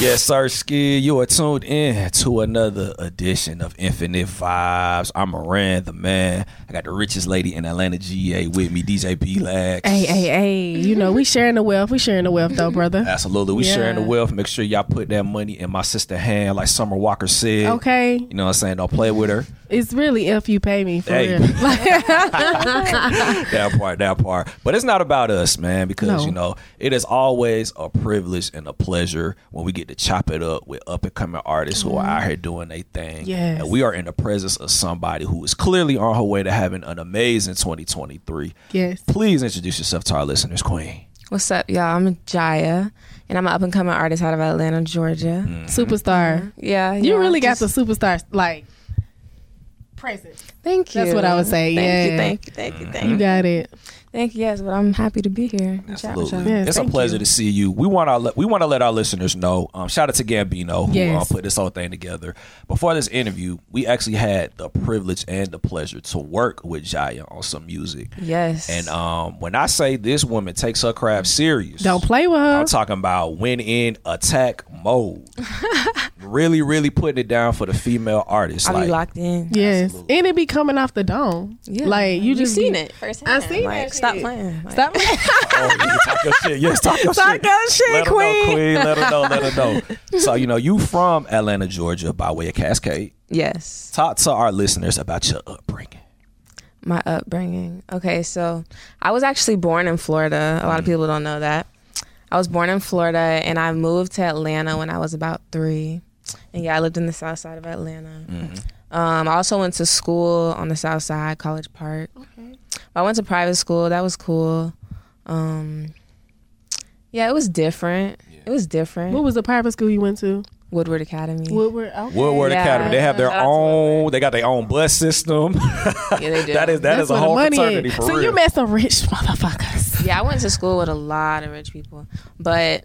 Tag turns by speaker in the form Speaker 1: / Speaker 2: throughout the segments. Speaker 1: Yes, sir, Ski. You are tuned in to another edition of Infinite Vibes. I'm Moran, the man. I got the richest lady in Atlanta, GA, with me, DJ B Lax.
Speaker 2: Hey, hey, hey. You know, we sharing the wealth. We sharing the wealth, though, brother.
Speaker 1: Absolutely. We
Speaker 2: Yeah.
Speaker 1: sharing the wealth. Make sure y'all put that money in my sister hand, like Summer Walker said.
Speaker 2: Okay.
Speaker 1: You know what I'm saying? Don't play with her.
Speaker 2: It's really if you pay me for
Speaker 1: Hey.
Speaker 2: real.
Speaker 1: Oh, that part, that part. But it's not about us, man, because
Speaker 2: No.
Speaker 1: you know it is always a privilege and a pleasure when we get to chop it up with up and coming artists who are out here doing their thing.
Speaker 2: Yes.
Speaker 1: and we are in the presence of somebody who is clearly on her way to having an amazing 2023.
Speaker 2: Yes.
Speaker 1: Please introduce yourself to our listeners, Queen.
Speaker 3: What's up, y'all? I'm Jaya, and I'm an up and coming artist out of Atlanta, Georgia.
Speaker 1: Mm-hmm. Mm.
Speaker 2: Superstar.
Speaker 3: Mm-hmm. Yeah,
Speaker 2: You
Speaker 3: y'all,
Speaker 2: really got
Speaker 3: just-
Speaker 2: the superstar, like, present.
Speaker 3: Thank you.
Speaker 2: That's what I would say,
Speaker 3: Thank
Speaker 2: yeah.
Speaker 3: you. Thank you. Thank you.
Speaker 1: Mm.
Speaker 3: Thank
Speaker 1: Mm-hmm.
Speaker 2: You
Speaker 3: you.
Speaker 2: got it.
Speaker 3: Thank you. Yes, but I'm happy to be here. and chat with
Speaker 1: Absolutely,
Speaker 3: y'all.
Speaker 2: Yes,
Speaker 1: it's a
Speaker 2: thank
Speaker 1: pleasure
Speaker 2: you.
Speaker 1: to see you. We want our we want to let our listeners know. Um, shout out to Gambino who
Speaker 2: Yes.
Speaker 1: uh, put this whole thing together. Before this interview, we actually had the privilege and the pleasure to work with Jaya on some music.
Speaker 3: Yes.
Speaker 1: And um, when I say this woman takes her craft serious,
Speaker 2: Don't play with her.
Speaker 1: I'm talking about win in attack mode. really, really putting it down for the female artists.
Speaker 3: I'll be
Speaker 1: Like,
Speaker 3: locked in.
Speaker 2: yes.
Speaker 1: Absolutely.
Speaker 2: And it be coming off the dome. Like, you just.
Speaker 3: seen
Speaker 2: be-
Speaker 3: it
Speaker 2: I
Speaker 3: firsthand.
Speaker 2: seen that
Speaker 3: like,
Speaker 2: shit.
Speaker 3: Stop playing. Like,
Speaker 2: Stop.
Speaker 1: oh, you can talk your shit. Yes, talk your
Speaker 3: Talk
Speaker 1: shit.
Speaker 3: your shit,
Speaker 1: let 'em
Speaker 3: queen.
Speaker 1: Know, queen. Let her know. Let her know. so you know you from Atlanta, Georgia, by way of Cascade.
Speaker 3: Yes.
Speaker 1: Talk to our listeners about your upbringing.
Speaker 3: my upbringing. Okay, so I was actually born in Florida. A lot
Speaker 1: Mm.
Speaker 3: of people don't know that. I was born in Florida and I moved to Atlanta when I was about three. And yeah, I lived in the south side of Atlanta.
Speaker 1: Mm-hmm.
Speaker 3: Um, I also went to school on the south side, College Park. I went to private school. That was cool. Um, yeah, it was different. It was different.
Speaker 2: What was the private school you went to?
Speaker 3: Woodward Academy.
Speaker 2: Woodward. Okay.
Speaker 1: Mm-hmm. Woodward
Speaker 3: Yeah.
Speaker 1: Academy. They have their
Speaker 3: Shout out to
Speaker 1: own. They got their own bus system.
Speaker 3: yeah, they do.
Speaker 1: that is that is
Speaker 2: That's
Speaker 1: a
Speaker 2: where
Speaker 1: whole
Speaker 2: the money
Speaker 1: fraternity
Speaker 2: is.
Speaker 1: for
Speaker 2: so
Speaker 1: real.
Speaker 2: you met some rich motherfuckers.
Speaker 3: yeah, I went to school with a lot of rich people, but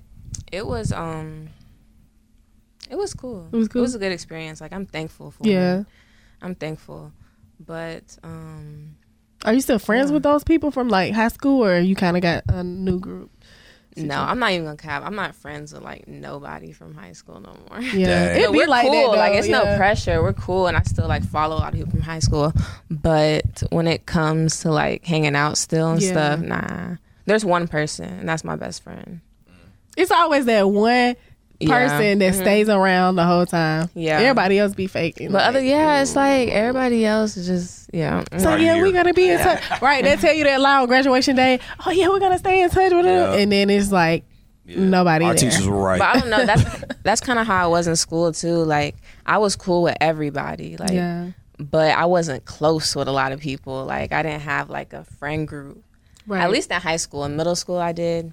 Speaker 3: it was um, it was cool.
Speaker 2: It was cool?
Speaker 3: It was a good experience. Like I'm thankful for.
Speaker 2: Yeah.
Speaker 3: it.
Speaker 1: Mm-hmm.
Speaker 3: I'm thankful, but um,
Speaker 2: Are you still friends with those people from like high school, or you kind of got a new group?
Speaker 3: no, I'm not even gonna cap. I'm not friends with like nobody from high school no more.
Speaker 2: Yeah,
Speaker 1: Dang.
Speaker 2: it'd
Speaker 3: But
Speaker 2: be
Speaker 3: we're
Speaker 2: like
Speaker 3: cool.
Speaker 2: that. Though.
Speaker 3: like it's
Speaker 2: yeah.
Speaker 3: no pressure. We're cool, and I still like follow a lot of people from high school. But when it comes to like hanging out still and
Speaker 2: Yeah.
Speaker 3: stuff, nah. There's one person, and that's my best friend.
Speaker 2: It's always that one person
Speaker 3: Yeah. Mm-hmm.
Speaker 2: that stays around the whole time.
Speaker 3: Yeah.
Speaker 2: everybody else be faking.
Speaker 3: But
Speaker 2: like-
Speaker 3: other, yeah, it's like everybody else is just yeah. mm.
Speaker 2: so
Speaker 1: Right
Speaker 2: yeah,
Speaker 1: here.
Speaker 2: we gotta be in touch. Right? They tell you that lie on graduation day. Oh yeah, we're gonna stay in touch with
Speaker 1: Yeah.
Speaker 2: them, and then it's like nobody.
Speaker 1: Our
Speaker 2: there.
Speaker 1: teachers were right.
Speaker 3: But I don't know. That's that's kind of how I was in school too. Like I was cool with everybody. Like,
Speaker 2: Yeah,
Speaker 3: but I wasn't close with a lot of people. Like I didn't have like a friend group.
Speaker 2: right.
Speaker 3: At least in high school, in middle school, I did.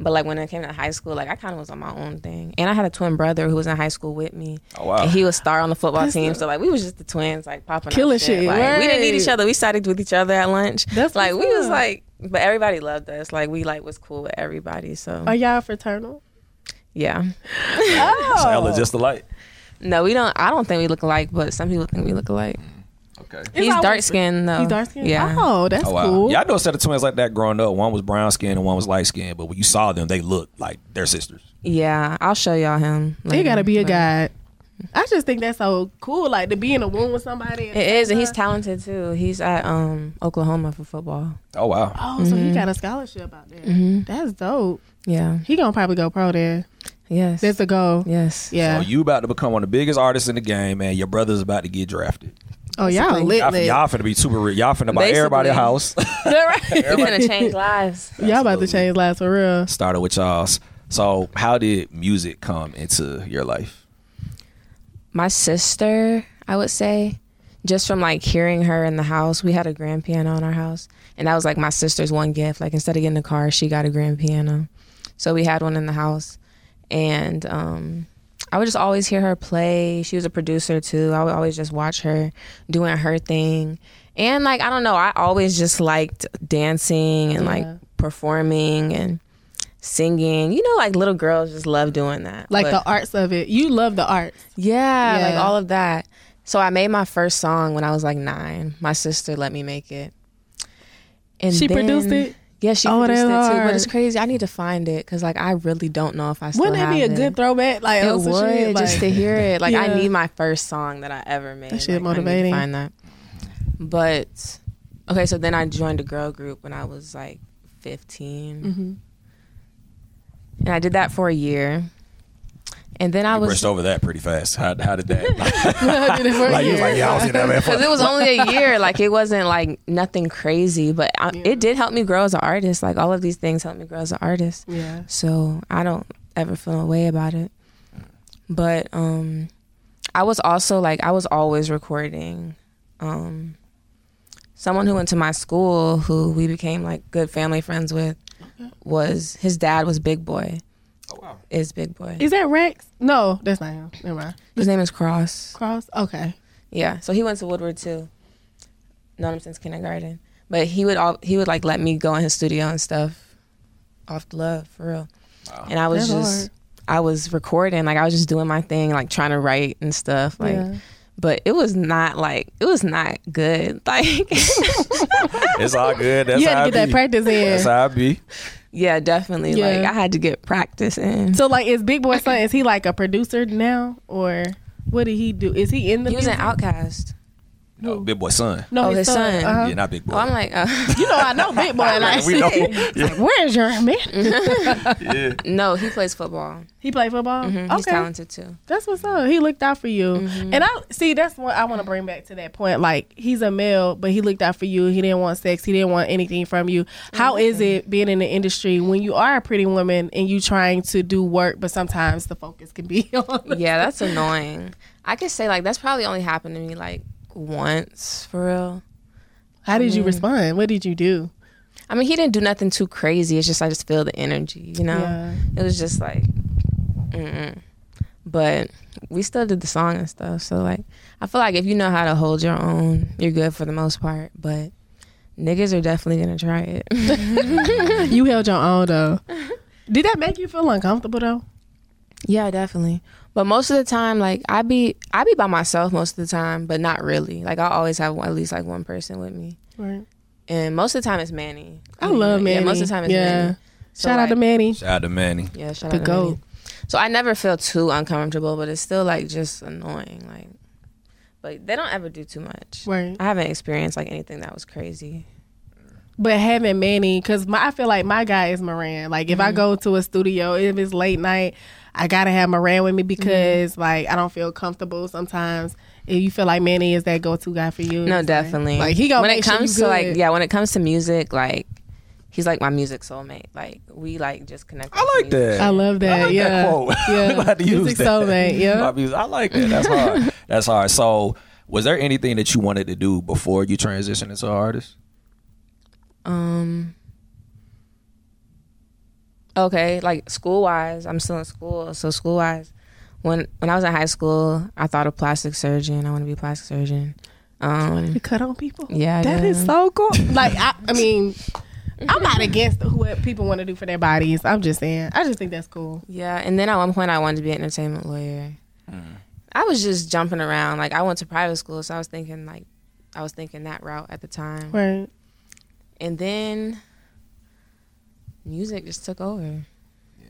Speaker 3: But like when I came to high school, like I kind of was on my own thing. And I had a twin brother who was in high school with me.
Speaker 1: Oh, wow.
Speaker 3: And he was star on the football team. So like we was just the twins, like popping up
Speaker 2: Killing shit,
Speaker 3: Like, we didn't need
Speaker 2: right.
Speaker 3: each other. We sided with each other at lunch.
Speaker 2: That's
Speaker 3: like
Speaker 2: what's
Speaker 3: we was
Speaker 2: up.
Speaker 3: like, but everybody loved us. Like we like was cool with everybody. So
Speaker 2: Are y'all fraternal?
Speaker 3: yeah. Oh.
Speaker 1: So Ella just alike.
Speaker 3: No, we don't. I don't think we look alike, but some people think we look
Speaker 1: Mm.
Speaker 3: alike.
Speaker 1: Okay.
Speaker 2: It's
Speaker 3: he's
Speaker 2: always-
Speaker 3: dark skinned though.
Speaker 2: You dark skinned?
Speaker 3: Yeah.
Speaker 2: Oh, that's
Speaker 1: Oh wow!
Speaker 2: cool.
Speaker 1: Yeah, I know a set of twins like that growing up. One was brown skinned and one was light skinned. But when you saw them, they looked like their sisters.
Speaker 3: Yeah. I'll show y'all him.
Speaker 2: They
Speaker 3: later,
Speaker 2: gotta be a
Speaker 3: but-
Speaker 2: guide. I just think that's so cool, like to be in a room with somebody.
Speaker 3: It is,
Speaker 2: Uh.
Speaker 3: and he's talented too. He's at um Oklahoma for football.
Speaker 1: Oh wow!
Speaker 2: oh, so he
Speaker 3: Mm-hmm.
Speaker 2: got a scholarship out there. That's dope.
Speaker 3: Yeah.
Speaker 2: He gonna probably go pro there.
Speaker 3: Yes.
Speaker 2: That's the goal.
Speaker 3: yes.
Speaker 2: Yeah.
Speaker 1: So you about to become one of the biggest artists in the game, man. Your brother's about to get drafted.
Speaker 2: oh, y'all
Speaker 3: Basically.
Speaker 2: lit,
Speaker 1: Y'all,
Speaker 2: lit.
Speaker 1: y'all finna be super rich. Y'all finna buy everybody a
Speaker 3: Basically.
Speaker 1: house.
Speaker 3: You're gonna change lives.
Speaker 2: Y'all about to change lives for real.
Speaker 1: Started with y'all's. So how did music come into your life?
Speaker 3: My sister, I would say, just from like hearing her in the house, we had a grand piano in our house, and that was like my sister's one gift. Like instead of getting a car, she got a grand piano, so we had one in the house, and um, I would just always hear her play. She was a producer too. I would always just watch her doing her thing, and like I don't know, I always just liked dancing and like
Speaker 2: Yeah.
Speaker 3: performing and singing. You know, like little girls just love doing that.
Speaker 2: Like
Speaker 3: But-
Speaker 2: the arts of it. You love the arts.
Speaker 3: yeah, like
Speaker 2: Yeah.
Speaker 3: all of that. So I made my first song when I was like nine. My sister let me make it. And
Speaker 2: She
Speaker 3: then-
Speaker 2: produced it?
Speaker 3: Yeah, she
Speaker 2: Oh,
Speaker 3: produced
Speaker 2: that's
Speaker 3: that too. But
Speaker 2: hard.
Speaker 3: it's crazy. I need to find it because like I really don't know if I still
Speaker 2: Wouldn't that
Speaker 3: have
Speaker 2: be a
Speaker 3: it.
Speaker 2: good throwback? Like,
Speaker 3: It
Speaker 2: oh, some
Speaker 3: would
Speaker 2: shit,
Speaker 3: just to
Speaker 2: like,
Speaker 3: hear it. Like I
Speaker 2: Yeah.
Speaker 3: need my first song that I ever made.
Speaker 2: That shit
Speaker 3: Like, I need to
Speaker 2: motivating.
Speaker 3: find that. But okay, so then I joined a girl group when I was like 15,
Speaker 2: Mhm.
Speaker 3: and I did that for a year. And then I
Speaker 1: I
Speaker 3: was
Speaker 1: brushed over that pretty fast. How, how did that?
Speaker 2: I did it for
Speaker 1: like you
Speaker 2: you.
Speaker 1: was like, yeah, I was in that man.
Speaker 3: because
Speaker 1: for-"
Speaker 3: it was only a year. Like it wasn't like nothing crazy, but I,
Speaker 2: Yeah.
Speaker 3: it did help me grow as an artist. Like all of these things helped me grow as an artist.
Speaker 2: yeah.
Speaker 3: so I don't ever feel a way about it. But um, I was also like I was always recording. Um, someone who went to my school, who we became like good family friends with, was his dad was Big Boy.
Speaker 1: Oh, wow.
Speaker 3: Is Big Boy?
Speaker 2: Is that Rex? No, that's not him. Never mind.
Speaker 3: His name is Cross.
Speaker 2: Cross. Okay.
Speaker 3: Yeah, so he went to Woodward too. Known him since kindergarten, but he would all he would like let me go in his studio and stuff, off the love for real.
Speaker 1: Wow.
Speaker 3: And I was
Speaker 2: That's
Speaker 3: just I was recording, like I was just doing my thing, like trying to write and stuff, like.
Speaker 2: Yeah.
Speaker 3: But it was not like it was not good. Like,
Speaker 1: It's all good. That's
Speaker 2: you
Speaker 1: how
Speaker 2: had to get
Speaker 1: I
Speaker 2: that
Speaker 1: be.
Speaker 2: practice in.
Speaker 1: That's how I be.
Speaker 3: yeah, definitely. Like
Speaker 2: Yeah.
Speaker 3: I had to get practice in.
Speaker 2: So like, is Big Boy Son? Is he like a producer now, or what did he do? Is he in the?
Speaker 3: he was an
Speaker 2: music?
Speaker 3: outcast.
Speaker 1: No, big boy son.
Speaker 2: No,
Speaker 3: Oh, his son.
Speaker 2: Uh-huh.
Speaker 1: Yeah, not big boy.
Speaker 3: Oh, I'm like, uh,
Speaker 2: You know, I know Big Boy. and I
Speaker 1: we know.
Speaker 2: Like, where's your man?
Speaker 3: Mm-hmm.
Speaker 1: yeah.
Speaker 3: no, he plays football.
Speaker 2: He played football.
Speaker 3: Mhm, He's
Speaker 2: Okay,
Speaker 3: talented too.
Speaker 2: that's what's up. He looked out for you,
Speaker 3: Mm-hmm.
Speaker 2: and I see. That's what I want to bring back to that point. Like he's a male, but he looked out for you. He didn't want sex. He didn't want anything from you. How
Speaker 3: Mm-hmm.
Speaker 2: is it being in the industry when you are a pretty woman and you trying to do work, but sometimes the focus can be on?
Speaker 3: yeah, that's annoying. I could say like that's probably only happened to me like once for real.
Speaker 2: How did you
Speaker 3: Mm-hmm.
Speaker 2: respond? What did you do?
Speaker 3: I mean, he didn't do nothing too crazy. It's just I just feel the energy, you know. It was just like, mm-mm. but we still did the song and stuff. So like, I feel like if you know how to hold your own, you're good for the most part. But niggas are definitely gonna try it.
Speaker 2: you held your own though. Did that make you feel uncomfortable though?
Speaker 3: yeah, definitely. But most of the time, like I be I be by myself most of the time, but not really. Like I always have at least like one person with me.
Speaker 2: Right.
Speaker 3: and most of the time it's Manny.
Speaker 2: I love
Speaker 3: Yeah,
Speaker 2: Manny.
Speaker 3: most of the time it's
Speaker 2: Yeah.
Speaker 3: Manny. So,
Speaker 2: Shout out to
Speaker 3: like,
Speaker 2: Manny.
Speaker 1: Shout out to Manny.
Speaker 3: Yeah, shout
Speaker 2: The
Speaker 3: out to Manny.
Speaker 2: goat.
Speaker 3: So I never feel too uncomfortable, but it's still like just annoying. Like, but they don't ever do too much.
Speaker 2: Right.
Speaker 3: I haven't experienced like anything that was crazy.
Speaker 2: But having Manny, because I feel like my guy is Moran. Like if I
Speaker 3: Mm-hmm.
Speaker 2: go to a studio, if it's late night, I gotta have Moran
Speaker 3: Mm-hmm.
Speaker 2: with me because like I don't feel comfortable sometimes. If you feel like Manny is that go-to guy for you,
Speaker 3: No,
Speaker 2: it's like-
Speaker 3: definitely.
Speaker 2: Like, he gonna
Speaker 3: when it
Speaker 2: make sure
Speaker 3: comes
Speaker 2: you
Speaker 3: to like
Speaker 2: good.
Speaker 3: yeah, when it comes to music, like he's like my music soulmate. Like we like just connect.
Speaker 1: I like that.
Speaker 2: I love that.
Speaker 1: I like
Speaker 2: yeah,
Speaker 1: that quote.
Speaker 2: yeah.
Speaker 1: I'm about to use
Speaker 2: Music
Speaker 1: that.
Speaker 2: soulmate, yeah.
Speaker 1: My music- I like that. That's hard. That's hard. So, was there anything that you wanted to do before you transitioned into an artist?
Speaker 3: Um. Okay, like school wise, I'm still in school, so school wise, when when I was in high school, I thought of plastic surgeon. I want to be a plastic surgeon. Um,
Speaker 2: You cut on people.
Speaker 3: Yeah, I
Speaker 2: that
Speaker 3: do.
Speaker 2: is so cool. like I, I mean, I'm not against what people want to do for their bodies. I'm just saying, I just think that's cool.
Speaker 3: yeah, and then at one point I wanted to be an entertainment lawyer. I was just jumping around. Like I went to private school, so I was thinking like I was thinking that route at the time.
Speaker 2: Right.
Speaker 3: And then music just took over.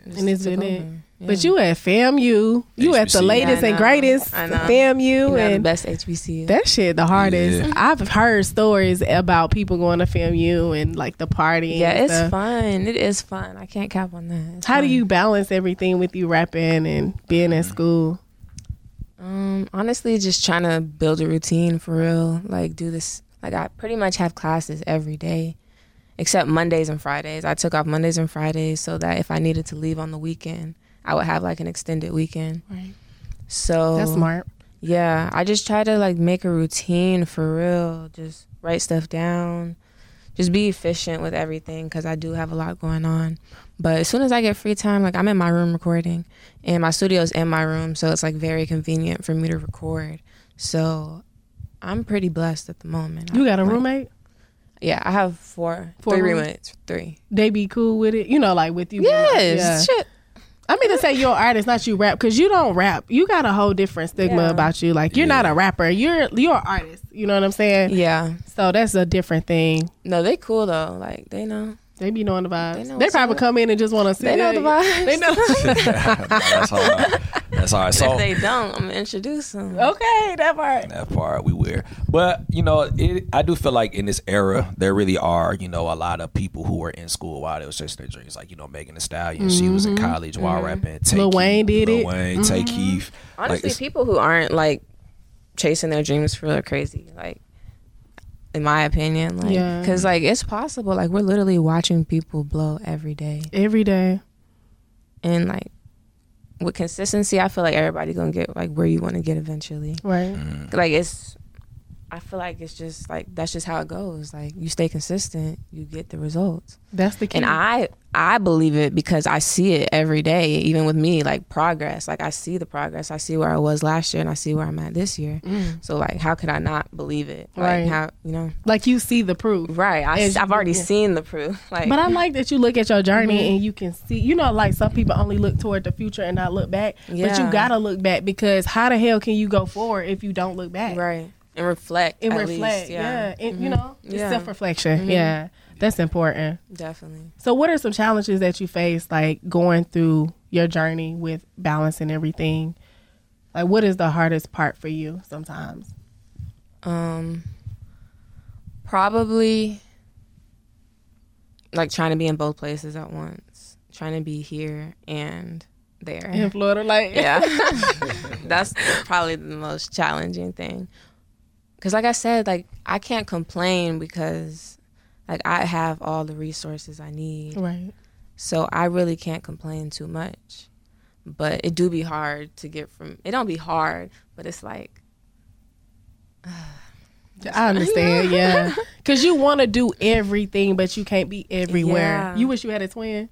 Speaker 3: Just
Speaker 2: And it's
Speaker 3: took
Speaker 2: been it.
Speaker 3: over.
Speaker 2: But
Speaker 3: Yeah.
Speaker 2: you at FAMU, you at the
Speaker 1: HBCU.
Speaker 2: latest
Speaker 3: Yeah, I
Speaker 2: and
Speaker 3: know.
Speaker 2: greatest
Speaker 3: I know.
Speaker 2: FAMU,
Speaker 3: you know, the
Speaker 2: and
Speaker 3: best HBCU.
Speaker 2: that shit the hardest.
Speaker 1: Yeah.
Speaker 2: I've heard stories about people going to FAMU and like the party.
Speaker 3: Yeah,
Speaker 2: and
Speaker 3: it's
Speaker 2: stuff.
Speaker 3: fun. It is fun. I can't cap on that. It's
Speaker 2: How do
Speaker 3: fun.
Speaker 2: you balance everything with you rapping and being in school?
Speaker 3: Um, honestly, just trying to build a routine for real. Like do this. Like I pretty much have classes every day, except Mondays and Fridays. I took off Mondays and Fridays so that if I needed to leave on the weekend, I would have like an extended weekend.
Speaker 2: Right.
Speaker 3: So
Speaker 2: That's smart.
Speaker 3: Yeah, I just try to like make a routine for real. Just write stuff down. Just be efficient with everything because I do have a lot going on. But as soon as I get free time, like I'm in my room recording, and my studio is in my room, so it's like very convenient for me to record. So I'm pretty blessed at the moment.
Speaker 2: You got a
Speaker 3: Like,
Speaker 2: roommate?
Speaker 3: Yeah, I have four,
Speaker 2: Four
Speaker 3: three
Speaker 2: roommates?
Speaker 3: roommates, three.
Speaker 2: They be cool with it, you know, like with you. being- Yeah.
Speaker 3: Yes, shit.
Speaker 2: I mean to say you're an artist, not you rap, because you don't rap. You got a whole different stigma
Speaker 3: Yeah.
Speaker 2: about you. Like you're not a rapper. You're you're an artist. You know what I'm saying?
Speaker 3: Yeah,
Speaker 2: So that's a different thing.
Speaker 3: no, they cool though. Like they know.
Speaker 2: They be knowing the vibes. They,
Speaker 3: know what's
Speaker 2: probably
Speaker 3: up.
Speaker 2: come in and just want to see.
Speaker 3: They know the vibes.
Speaker 2: They know.
Speaker 1: that's all right. That's all right. So
Speaker 3: If they don't, I'm gonna introduce them.
Speaker 2: okay, that part.
Speaker 1: that part we wear. But you know, it, I do feel like in this era, there really are you know a lot of people who were in school while they was chasing their dreams. Like you know, Megan Thee Stallion, she was in college while rapping. Tay
Speaker 2: Mm-hmm. Lil
Speaker 1: Keith,
Speaker 2: Wayne did
Speaker 1: Lil
Speaker 2: it. Mm-hmm.
Speaker 1: Wayne, Tay Keith. Like,
Speaker 3: Honestly,
Speaker 1: it's-
Speaker 3: people who aren't like chasing their dreams for are crazy. Like, in my opinion, like,
Speaker 2: Yeah.
Speaker 3: because like it's possible. Like, we're literally watching people blow every day,
Speaker 2: Every day.
Speaker 3: and like with consistency, I feel like everybody gonna get like where you want to get eventually.
Speaker 2: Right.
Speaker 3: Like, it's. I feel like it's just like that's just how it goes. Like you stay consistent, you get the results.
Speaker 2: That's the key.
Speaker 3: And I I believe it because I see it every day, even with me, like progress. Like I see the progress. I see where I was last year and I see where I'm at this year. So like how could I not believe it? Like
Speaker 2: Mm. Right.
Speaker 3: how you know
Speaker 2: like you see the proof.
Speaker 3: Right. I,
Speaker 2: As
Speaker 3: have already
Speaker 2: you- yeah.
Speaker 3: seen the proof. Like
Speaker 2: But I like that you look at your journey
Speaker 3: Mm-hmm.
Speaker 2: and you can see. You know, like some people only look toward the future and not look back. But you
Speaker 3: Yeah.
Speaker 2: gotta look back because how the hell can you go forward if you don't look back?
Speaker 3: Right. And reflect.
Speaker 2: And
Speaker 3: at
Speaker 2: reflect.
Speaker 3: least.
Speaker 2: yeah.
Speaker 3: yeah. Mm-hmm.
Speaker 2: And, You know, it's
Speaker 3: Yeah. Mm-hmm.
Speaker 2: self reflection. Yeah. That's important.
Speaker 3: Definitely.
Speaker 2: So, what are some challenges that you face, like going through your journey with balancing everything? Like, what is the hardest part for you sometimes?
Speaker 3: Um probably like trying to be in both places at once. Trying to be here and there.
Speaker 2: In Florida, like,
Speaker 3: yeah that's probably the most challenging thing because like i said like i can't complain because like i have all the resources i need
Speaker 2: right.
Speaker 3: so i really can't complain too much but it do be hard to get from it don't be hard but it's like
Speaker 2: I understand, yeah. Because you want to do everything, but you can't be everywhere.
Speaker 3: Yeah.
Speaker 2: You wish you had a twin.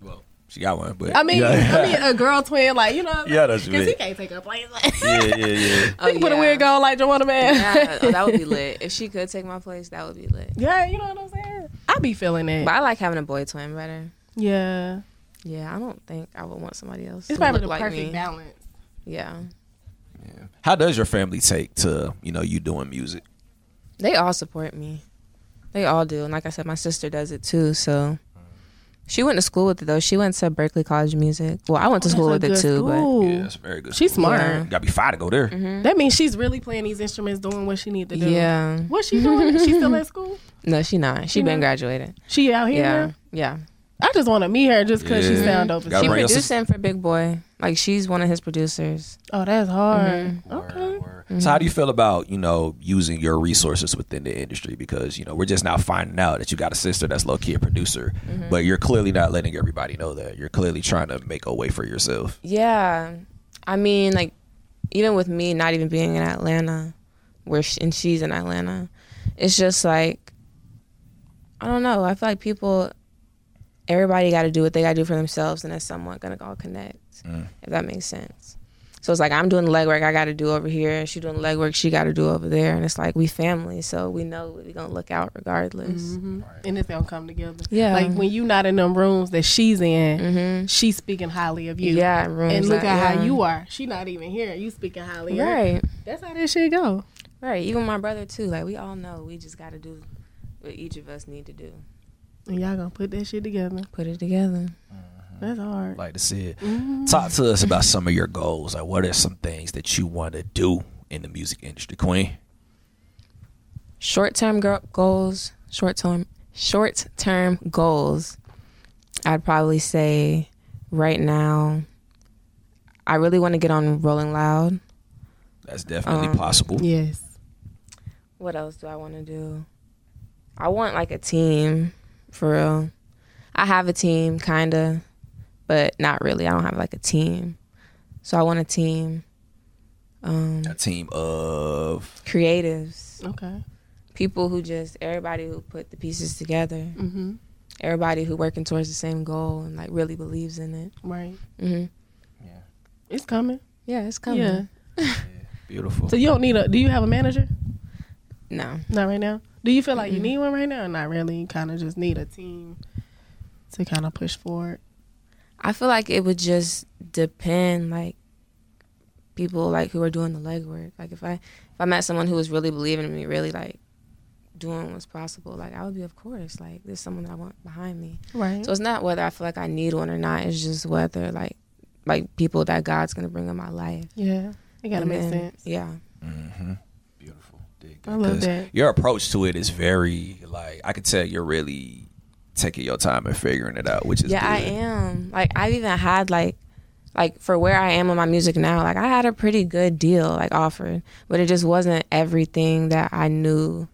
Speaker 1: well, she got one, but
Speaker 2: I mean,
Speaker 1: yeah,
Speaker 2: I mean, a girl twin, like you know,
Speaker 1: Yeah, that's
Speaker 2: because he
Speaker 1: right.
Speaker 2: can't take her place.
Speaker 1: yeah, yeah, yeah.
Speaker 3: oh,
Speaker 2: he can put a
Speaker 3: yeah.
Speaker 2: wig on like Joanna Man.
Speaker 3: yeah, oh, that would be lit if she could take my place that would be lit
Speaker 2: yeah, you know what I'm saying. I be feeling it.
Speaker 3: but i like having a boy twin better
Speaker 2: Yeah,
Speaker 3: yeah i don't think i would want somebody else to
Speaker 2: it's probably
Speaker 3: look
Speaker 2: the
Speaker 3: like
Speaker 2: perfect
Speaker 3: me
Speaker 2: balance.
Speaker 3: yeah
Speaker 1: How does your family take to you know you doing music?
Speaker 3: They all support me. They all do. And like I said, my sister does it too. So she went to school with it though. She went to Berkeley College of Music. Well, I
Speaker 2: Oh,
Speaker 3: went to school with it too,
Speaker 1: Yeah, that's very good.
Speaker 2: she's smart. Mm-hmm.
Speaker 3: Yeah.
Speaker 1: Got to be fire to go there.
Speaker 2: That means she's really playing these instruments, doing what she need to
Speaker 3: but
Speaker 2: do.
Speaker 3: yeah.
Speaker 2: What's she doing? She's still at school?
Speaker 3: No, she not. She,
Speaker 2: She
Speaker 3: been
Speaker 2: not?
Speaker 3: graduated.
Speaker 2: She out here?
Speaker 3: Yeah.
Speaker 2: now?
Speaker 3: Yeah.
Speaker 2: I just want to meet her just because she
Speaker 1: Yeah.
Speaker 2: sound dope. as
Speaker 1: Gotta
Speaker 3: She
Speaker 2: shit.
Speaker 1: bring us
Speaker 3: producing for Big Boy. Like she's one of his producers.
Speaker 2: Oh, that's hard.
Speaker 3: Mm-hmm.
Speaker 1: Word,
Speaker 2: Okay. Mm-hmm.
Speaker 1: word. So how do you feel about you know using your resources within the industry? Because you know we're just now finding out that you got a sister that's low key a producer,
Speaker 2: Mm-hmm.
Speaker 1: but you're clearly not letting everybody know that. You're clearly trying to make a way for yourself.
Speaker 3: Yeah. I mean, like even with me not even being in Atlanta, where sh and she's in Atlanta, it's just like I don't know. I feel like people, everybody got to do what they got to do for themselves, and that's somewhat gonna all connect, if that makes sense. So it's like I'm doing the legwork I got to do over here, and she doing the legwork she got to do over there, and it's like we family, so we know we gonna look out regardless.
Speaker 2: And it's gonna come together.
Speaker 3: Yeah.
Speaker 2: Mm-hmm.
Speaker 3: Mm-hmm.
Speaker 2: Like when you not in them rooms that she's in, she's speaking highly of you.
Speaker 3: Yeah, rooms
Speaker 2: And look
Speaker 3: that-
Speaker 2: at how
Speaker 3: yeah.
Speaker 2: you are. She not even here. You speaking highly. of her.
Speaker 3: Right,
Speaker 2: That's how this shit go.
Speaker 3: right. Even my brother too. Like we all know we just got to do what each of us need to do.
Speaker 2: And y'all gonna put that shit together.
Speaker 3: Put it together.
Speaker 2: That's hard.
Speaker 1: Like to see it.
Speaker 2: Mm-hmm.
Speaker 1: Talk to us about some of your goals. Like what are some things that you want to do in the music industry, Queen?
Speaker 3: short term goals, short term short term goals. I'd probably say right now, I really want to get on Rolling Loud.
Speaker 1: That's definitely
Speaker 2: Um,
Speaker 1: possible.
Speaker 2: Yes.
Speaker 3: What else do I want to do? I want like a team, for real. I have a team, kinda, but not really. I don't have like a team, so I want a team. Um,
Speaker 1: A team of
Speaker 3: creatives,
Speaker 2: Okay.
Speaker 3: people who just everybody who put the pieces together.
Speaker 2: Mm-hmm.
Speaker 3: everybody who working towards the same goal and like really believes in it.
Speaker 2: Right.
Speaker 3: Mm-hmm.
Speaker 2: It's coming.
Speaker 3: Yeah, it's coming.
Speaker 2: Yeah.
Speaker 1: beautiful.
Speaker 2: So you don't need a. Do you have a manager?
Speaker 3: No,
Speaker 2: Not right now. Do you feel like you need one right now? Not really. You kind of just need a team to kind of push forward.
Speaker 3: I feel like it would just depend, like people like who are doing the legwork. Like if I if I met someone who was really believing in me, really like doing what's possible, like I would be, of course, like there's someone that I want behind me.
Speaker 2: Right.
Speaker 3: So it's not whether I feel like I need one or not. It's just whether like like people that God's gonna bring in my life.
Speaker 2: yeah. It gotta
Speaker 3: And
Speaker 2: make
Speaker 3: then-
Speaker 2: sense.
Speaker 3: Yeah.
Speaker 1: Beautiful. Dig
Speaker 2: I love
Speaker 1: Mm-hmm. 'Cause
Speaker 2: that.
Speaker 1: Your approach to it is very like I can tell you're really taking your time and figuring it out, which is
Speaker 3: yeah, I
Speaker 1: good.
Speaker 3: am. Like I've even had like like for where I am on my music now, like I had a pretty good deal like offered, but it just wasn't everything that I knew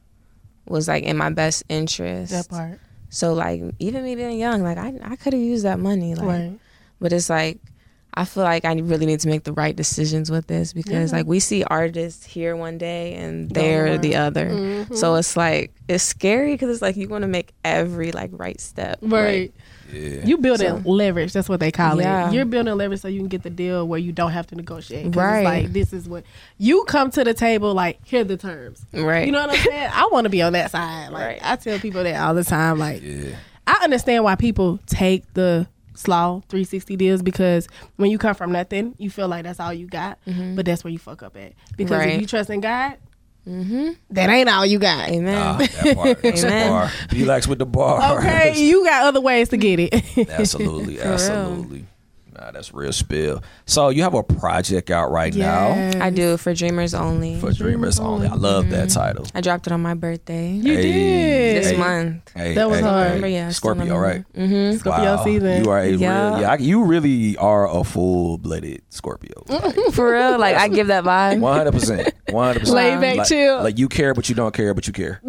Speaker 3: was like in my best interest.
Speaker 2: That part.
Speaker 3: So like even me being young, like I I could have used that money like
Speaker 2: Right.
Speaker 3: but it's like I feel like I really need to make the right decisions with this because like we see artists here one day and there the other.
Speaker 2: Mm-hmm.
Speaker 3: So it's like it's scary because it's like you want to make every like right step. Like,
Speaker 2: Right. You building leverage. That's what they call
Speaker 3: Yeah.
Speaker 2: it. You're building leverage so you can get the deal where you don't have to negotiate. 'Cause
Speaker 3: Right.
Speaker 2: It's like this is what you come to the table. Like here are the terms.
Speaker 3: right.
Speaker 2: You know what I'm saying? I want to be on that side. Like
Speaker 3: Right.
Speaker 2: I tell people that all the time. Like I understand why people take the slaw 360 deals because when you come from nothing, you feel like that's all you got. But that's where you fuck up at because
Speaker 3: Mm-hmm. Right. Mm-hmm.
Speaker 2: if you trust in God, that ain't all you got.
Speaker 3: Amen.
Speaker 1: Ah, that part. That's the
Speaker 3: Amen.
Speaker 1: bar. Relax with the bar.
Speaker 2: Okay, you got other ways to get it.
Speaker 1: absolutely, absolutely. Nah, that's real spill. So you have a project out right now
Speaker 2: Yes.
Speaker 3: I do for dreamers only.
Speaker 1: for Dreamers Only. I love that title.
Speaker 3: I dropped it on my birthday
Speaker 2: You
Speaker 1: Hey.
Speaker 2: did.
Speaker 3: this
Speaker 1: Hey.
Speaker 3: month.
Speaker 1: Hey,
Speaker 2: That was
Speaker 1: hey,
Speaker 2: hard.
Speaker 1: hey,
Speaker 2: Remember,
Speaker 3: yeah, I still
Speaker 1: Scorpio,
Speaker 3: remember.
Speaker 1: right?
Speaker 3: Mm-hmm.
Speaker 2: Scorpio season.
Speaker 1: You are a
Speaker 3: Yeah.
Speaker 1: real, yeah, I- you really are a full blooded Scorpio.
Speaker 3: For real, like I give that vibe.
Speaker 1: One hundred percent, one hundred percent.
Speaker 2: Laid back,
Speaker 1: like,
Speaker 2: chill.
Speaker 1: Like you care, but you don't care, but you care.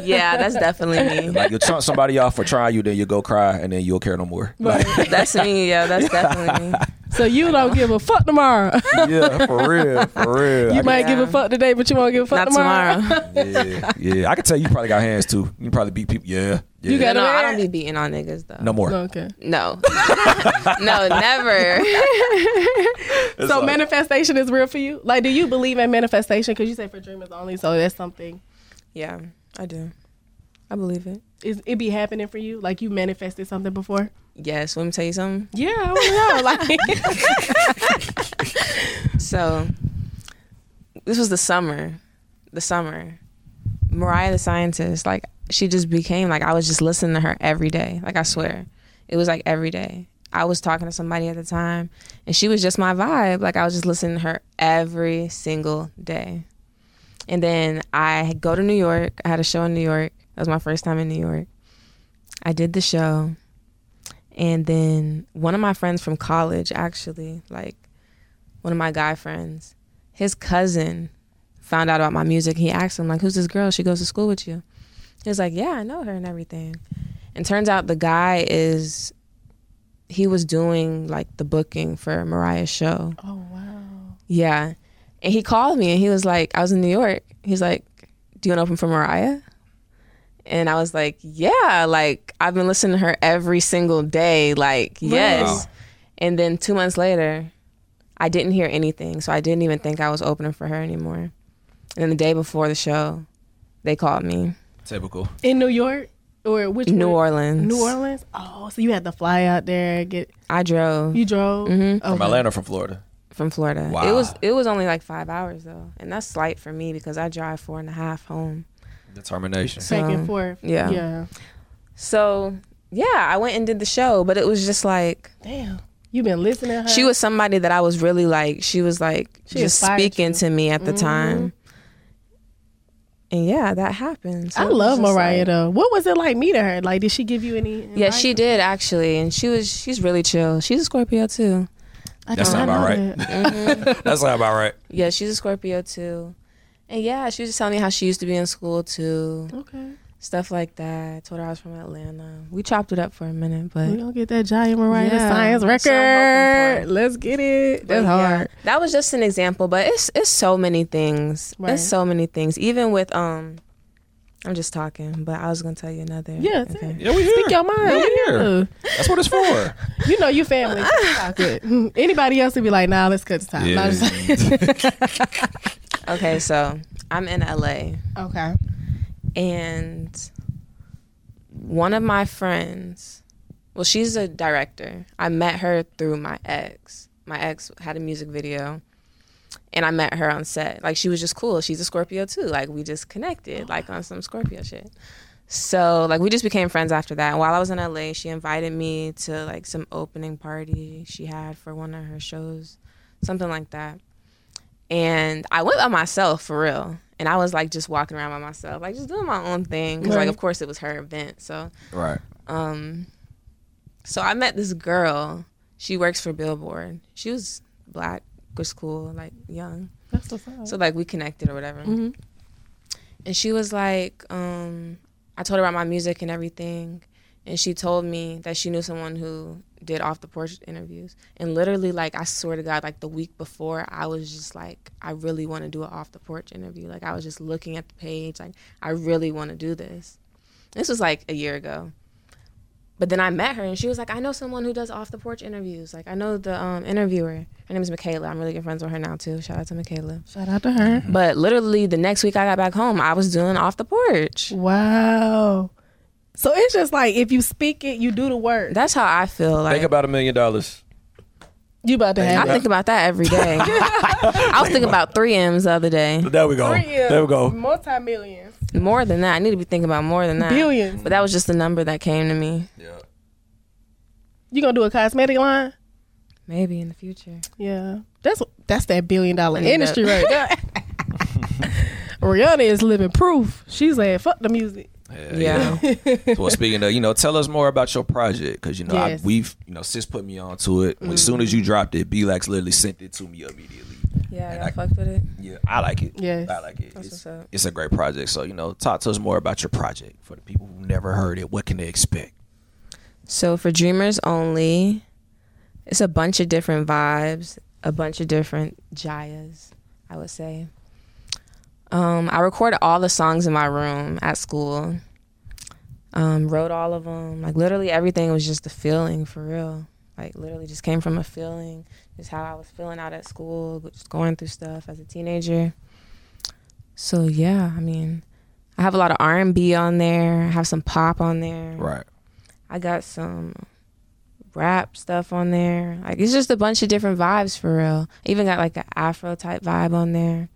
Speaker 3: yeah, that's definitely me.
Speaker 1: Like you'll chunk somebody off for trying you, then you go cry, and then you'll care no more. Like,
Speaker 3: That's me. Yeah, that's definitely me.
Speaker 2: So you don't give a fuck tomorrow.
Speaker 1: yeah, for real, for real.
Speaker 2: You
Speaker 1: I
Speaker 2: might give a
Speaker 3: Yeah.
Speaker 2: fuck today, but you won't give a fuck
Speaker 3: Not tomorrow.
Speaker 1: can, yeah, yeah. I can tell you probably got hands too. You probably beat people. Yeah, yeah.
Speaker 2: You got-
Speaker 3: no, I don't be beating on niggas though.
Speaker 1: no more.
Speaker 2: Okay.
Speaker 3: No. no, never.
Speaker 1: It's
Speaker 2: so
Speaker 1: like-
Speaker 2: manifestation is real for you. Like, do you believe in manifestation? Because you say for dreamers only, so that's something.
Speaker 3: Yeah, I do. I believe it.
Speaker 2: Is it be happening for you? Like you manifested something before?
Speaker 3: Yes, let me tell you something.
Speaker 2: Yeah, I want to know. Like,
Speaker 3: So, this was the summer. The summer. Mariah the scientist, like, she just became, like, I was just listening to her every day. Like, I swear. It was like every day. I was talking to somebody at the time, and she was just my vibe. Like, I was just listening to her every single day. And then I go to New York. I had a show in New York. That was my first time in New York. I did the show. And then one of my friends from college, actually, like one of my guy friends, his cousin found out about my music. He asked him, like, who's this girl? She goes to school with you. He was like, yeah, I know her and everything. And turns out the guy is, he was doing like the booking for Mariah's show.
Speaker 2: oh wow.
Speaker 3: Yeah. And he called me and he was like, I was in New York. He's like, Do you want to open for Mariah? And I was like, Yeah, like I've been listening to her every single day. Like, yes.
Speaker 1: Wow.
Speaker 3: And then two months later, I didn't hear anything. So I didn't even think I was opening for her anymore. And then the day before the show, they called me.
Speaker 1: Typical.
Speaker 2: In New York or which
Speaker 3: New
Speaker 2: one?
Speaker 3: Orleans.
Speaker 2: New Orleans. Oh, so you had to fly out there. Get
Speaker 3: I drove
Speaker 2: you drove
Speaker 3: Mm-hmm.
Speaker 2: okay.
Speaker 1: From Atlanta, or from Florida.
Speaker 3: from Florida.
Speaker 1: Wow.
Speaker 3: It was it was only like five hours though. And that's slight for me because I drive four and a half home.
Speaker 1: Determination.
Speaker 2: back
Speaker 3: So,
Speaker 2: and forth.
Speaker 3: Mm-hmm. yeah.
Speaker 2: Yeah.
Speaker 3: So yeah, I went and did the show, but it was just like
Speaker 2: Damn. You been listening to her?
Speaker 3: she was somebody that I was really like. She was like
Speaker 2: She
Speaker 3: just
Speaker 2: inspired
Speaker 3: speaking
Speaker 2: you. Mm-hmm.
Speaker 3: to me at the time, and yeah, that happened. So
Speaker 2: I
Speaker 3: it was
Speaker 2: love
Speaker 3: just,
Speaker 2: Mariah
Speaker 3: like-
Speaker 2: though. What was it like meeting her? Like, did she give you any?
Speaker 3: yeah,
Speaker 2: advice?
Speaker 3: she did actually, and she was she's really chill. She's a Scorpio too.
Speaker 2: I
Speaker 1: That's
Speaker 2: did
Speaker 1: not about
Speaker 2: know
Speaker 1: right.
Speaker 2: that.
Speaker 3: Mm-hmm.
Speaker 1: That's not about right.
Speaker 3: Yeah, she's a Scorpio too, and yeah, she was just telling me how she used to be in school too,
Speaker 2: Okay,
Speaker 3: stuff like that. I told her I was from Atlanta. We chopped it up for a minute, but
Speaker 2: we gonna get that giant Mariah
Speaker 3: Yeah.
Speaker 2: Science
Speaker 3: So I'm hoping for
Speaker 2: record.
Speaker 3: it.
Speaker 2: Let's get it.
Speaker 3: But
Speaker 2: That's
Speaker 3: yeah,
Speaker 2: hard.
Speaker 3: that was just an example, but it's it's so many things.
Speaker 2: Right.
Speaker 3: It's so many things. Even with um, I'm just talking, but I was gonna tell you another.
Speaker 2: Yeah, it's it.
Speaker 1: Yeah, we here.
Speaker 2: speak your mind.
Speaker 1: Yeah,
Speaker 2: We
Speaker 1: yeah.
Speaker 2: here.
Speaker 1: That's what it's for.
Speaker 2: You know, you family. Talk good. Anybody else would be like, nah, let's cut the time. And I was like,
Speaker 3: Okay, so I'm in LA,
Speaker 2: okay.
Speaker 3: and one of my friends, well, she's a director. I met her through my ex. My ex had a music video, and I met her on set. Like she was just cool. She's a Scorpio too. Like we just connected, like on some Scorpio shit. So like we just became friends after that. And while I was in LA, she invited me to like some opening party she had for one of her shows, something like that. And I went by myself for real. And I was like just walking around by myself, like just doing my own thing. Cause like
Speaker 2: Right.
Speaker 3: of course it was her event. So
Speaker 1: Right.
Speaker 3: um so i met this girl she works for billboard she was black was cool like young
Speaker 2: That's what's up.
Speaker 3: so like we connected or whatever
Speaker 2: Mhm.
Speaker 3: and she was like um i told her about my music and everything and she told me that she knew someone who did off the porch interviews and literally like i swear to god like the week before i was just like i really want to do an off the porch interview like i was just looking at the page like i really want to do this this was like a year ago but then i met her and she was like i know someone who does off the porch interviews like i know the um, interviewer her name is michaela i'm really good friends with her now too shout out to michaela
Speaker 2: Shout out to her.
Speaker 3: but literally the next week I got back home, I was doing off the porch.
Speaker 2: Wow. So it's just like if you speak it, you do the work.
Speaker 3: That's how I feel. Like
Speaker 1: Think about a million dollars.
Speaker 2: You about to
Speaker 3: I
Speaker 2: have
Speaker 3: think about that every day. I was thinking about three M's the other day.
Speaker 1: There we go.
Speaker 2: it.
Speaker 1: There we go.
Speaker 2: Multi millions,
Speaker 3: More than that. I need to be thinking about more than that.
Speaker 2: billions.
Speaker 3: But that was just the number that came to me.
Speaker 1: Yeah.
Speaker 2: You gonna do a cosmetic line?
Speaker 3: Maybe in the future.
Speaker 2: Yeah, that's that's that billion dollar
Speaker 3: I need
Speaker 2: industry right there. Rihanna is living proof. She's like, fuck the music.
Speaker 1: Yeah.
Speaker 3: Yeah.
Speaker 1: well, speaking of, you know, tell us more about your project because you know
Speaker 2: Yes.
Speaker 1: I,
Speaker 2: Mm-hmm.
Speaker 1: we've you know sis put me onto it. As soon as you dropped it, Blax literally sent it to me immediately.
Speaker 3: Yeah,
Speaker 1: And
Speaker 3: y'all
Speaker 1: I-
Speaker 3: fucked with it.
Speaker 1: Yeah, I like it.
Speaker 2: Yes.
Speaker 1: I like it.
Speaker 3: That's
Speaker 1: It's,
Speaker 3: what's up.
Speaker 1: it's a great project. So you know, talk to us more about your project for the people who never heard it. What can they expect?
Speaker 3: So for Dreamers Only, it's a bunch of different vibes, a bunch of different Jayas, I would say. Um, I recorded all the songs in my room at school. Um, wrote all of them. Like literally everything was just a feeling for real. Like literally just came from a feeling, just how I was feeling out at school, just going through stuff as a teenager. So yeah, I mean, I have a lot of R and B on there. I have some pop on there.
Speaker 2: Mm-hmm.
Speaker 1: Right.
Speaker 3: I got some rap stuff on there. Like it's just a bunch of different vibes for real. I even got like an Afro type vibe on there.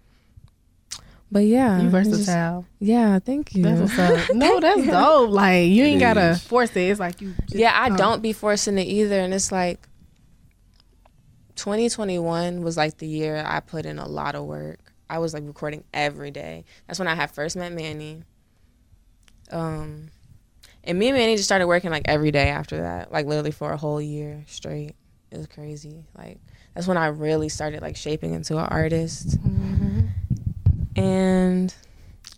Speaker 3: But yeah,
Speaker 2: You
Speaker 3: it's just-
Speaker 2: versatile.
Speaker 3: Yeah, thank you.
Speaker 2: That's what's up. No, that's dope. Like you ain't gotta force it. It's like you. Just,
Speaker 3: yeah, I
Speaker 2: um,
Speaker 3: don't be forcing it either, and it's like. 2021 was like the year I put in a lot of work. I was like recording every day. That's when I had first met Manny. Um, and me and Manny just started working like every day after that, like literally for a whole year straight. It was crazy. Like that's when I really started like shaping into an artist. And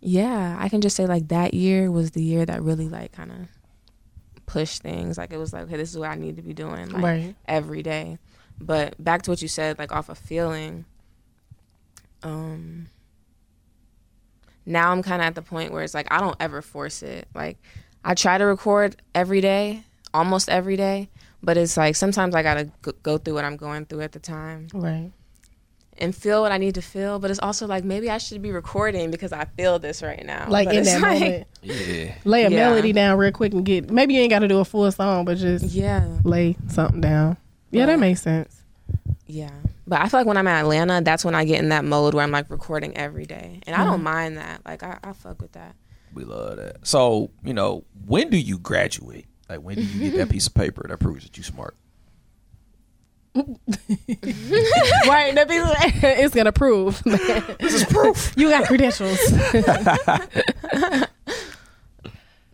Speaker 3: yeah, I can just say like that year was the year that really like kind of pushed things. Like it was like, okay, this is what I need to be doing. Like,
Speaker 2: Right.
Speaker 3: every day. But back to what you said, like off of feeling. Um. Now I'm kind of at the point where it's like I don't ever force it. Like I try to record every day, almost every day, but it's like sometimes I gotta g- go through what I'm going through at the time
Speaker 2: Right.
Speaker 3: and feel what I need to feel. But it's also like maybe I should be recording because I feel this right now.
Speaker 2: Like
Speaker 3: But
Speaker 2: in
Speaker 3: it's
Speaker 2: that
Speaker 3: like-
Speaker 2: moment,
Speaker 1: Yeah.
Speaker 2: lay a
Speaker 3: Yeah.
Speaker 2: melody down real quick and get. Maybe you ain't gotta do a full song, but just
Speaker 3: Yeah.
Speaker 2: lay something down. Yeah,
Speaker 3: Yeah.
Speaker 2: that makes sense.
Speaker 3: Yeah. But I feel like when I'm in Atlanta, that's when I get in that mode where I'm like recording every day. And I don't mind that. Like I, I fuck with that.
Speaker 1: We love that. So you know, when do you graduate? Like when do you
Speaker 2: Mm-hmm.
Speaker 1: get that piece of paper that proves that you smart?
Speaker 2: right. That be it's gonna prove. this is proof. You got credentials.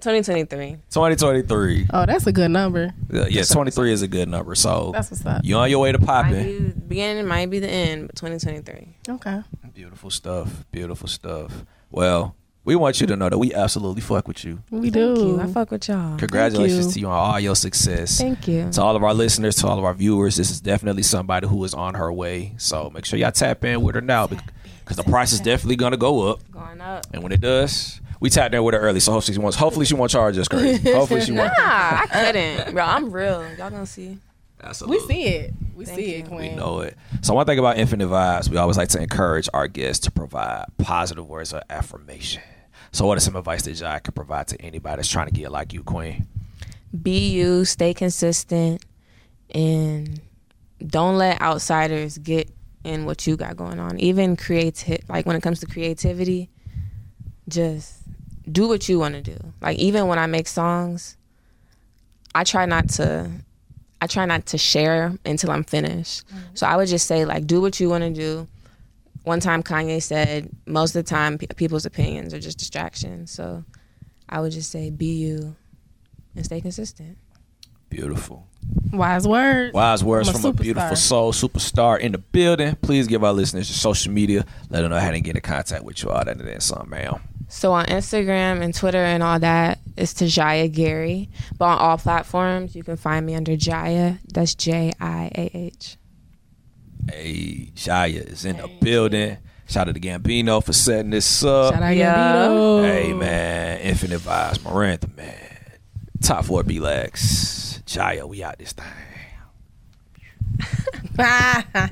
Speaker 3: 2023.
Speaker 1: Twenty twenty three.
Speaker 2: oh, that's a good number.
Speaker 1: Yeah, twenty three is a good number. So
Speaker 2: That's what's up.
Speaker 1: you on your way to
Speaker 3: Might
Speaker 1: popping.
Speaker 3: be the beginning, might be the end, but 2023.
Speaker 2: Okay.
Speaker 1: Beautiful stuff. Beautiful stuff. Well, we want you to know that we absolutely fuck with you.
Speaker 2: We
Speaker 3: Thank
Speaker 2: do.
Speaker 3: you. I fuck with y'all.
Speaker 1: Congratulations
Speaker 2: you.
Speaker 1: to you on all your success.
Speaker 3: Thank you.
Speaker 1: to all of our listeners, to all of our viewers, this is definitely somebody who is on her way. So make sure y'all tap in with her now because the price is definitely going to go up.
Speaker 3: Going up.
Speaker 1: And when it does, we tapped in with her early. So hopefully she wants, hopefully she won't charge us crazy. Hopefully she won't.
Speaker 3: Nah, I couldn't. Bro, I'm real. Y'all gonna see.
Speaker 2: We see it. We
Speaker 3: Thank
Speaker 2: see
Speaker 3: you.
Speaker 2: it, Queen.
Speaker 1: We know it. So one thing about Infinite Vibes, we always like to encourage our guests to provide positive words of affirmation. So what is some advice that y'all can provide to anybody that's trying to get like you, Queen?
Speaker 3: Be you, stay consistent, and don't let outsiders get and what you got going on. Even creative, like when it comes to creativity, just do what you want to do. Like even when I make songs, I try not to I try not to share until I'm finished. So I would just say like do what you want to do. One time Kanye said most of the time pe- people's opinions are just distractions. So I would just say be you and stay consistent.
Speaker 1: Beautiful.
Speaker 2: Wise words.
Speaker 1: Wise words
Speaker 2: I'm a
Speaker 1: from a beautiful soul
Speaker 2: superstar.
Speaker 1: superstar in the building. Please give our listeners your social media. Let them know how to get in contact with you. All that and then some, ma'am.
Speaker 3: So on Instagram and Twitter and all that is Tajaya Gary. But on all platforms you can find me under Jaya. That's J I A H.
Speaker 1: Hey, Jaya is in the building. Shout out to Gambino for setting this up.
Speaker 2: Shout out
Speaker 3: Yeah.
Speaker 2: Gambino.
Speaker 1: Hey man, Infinite Vibes, Marantha man, Top Four B Lex, Jaya, we out this thing.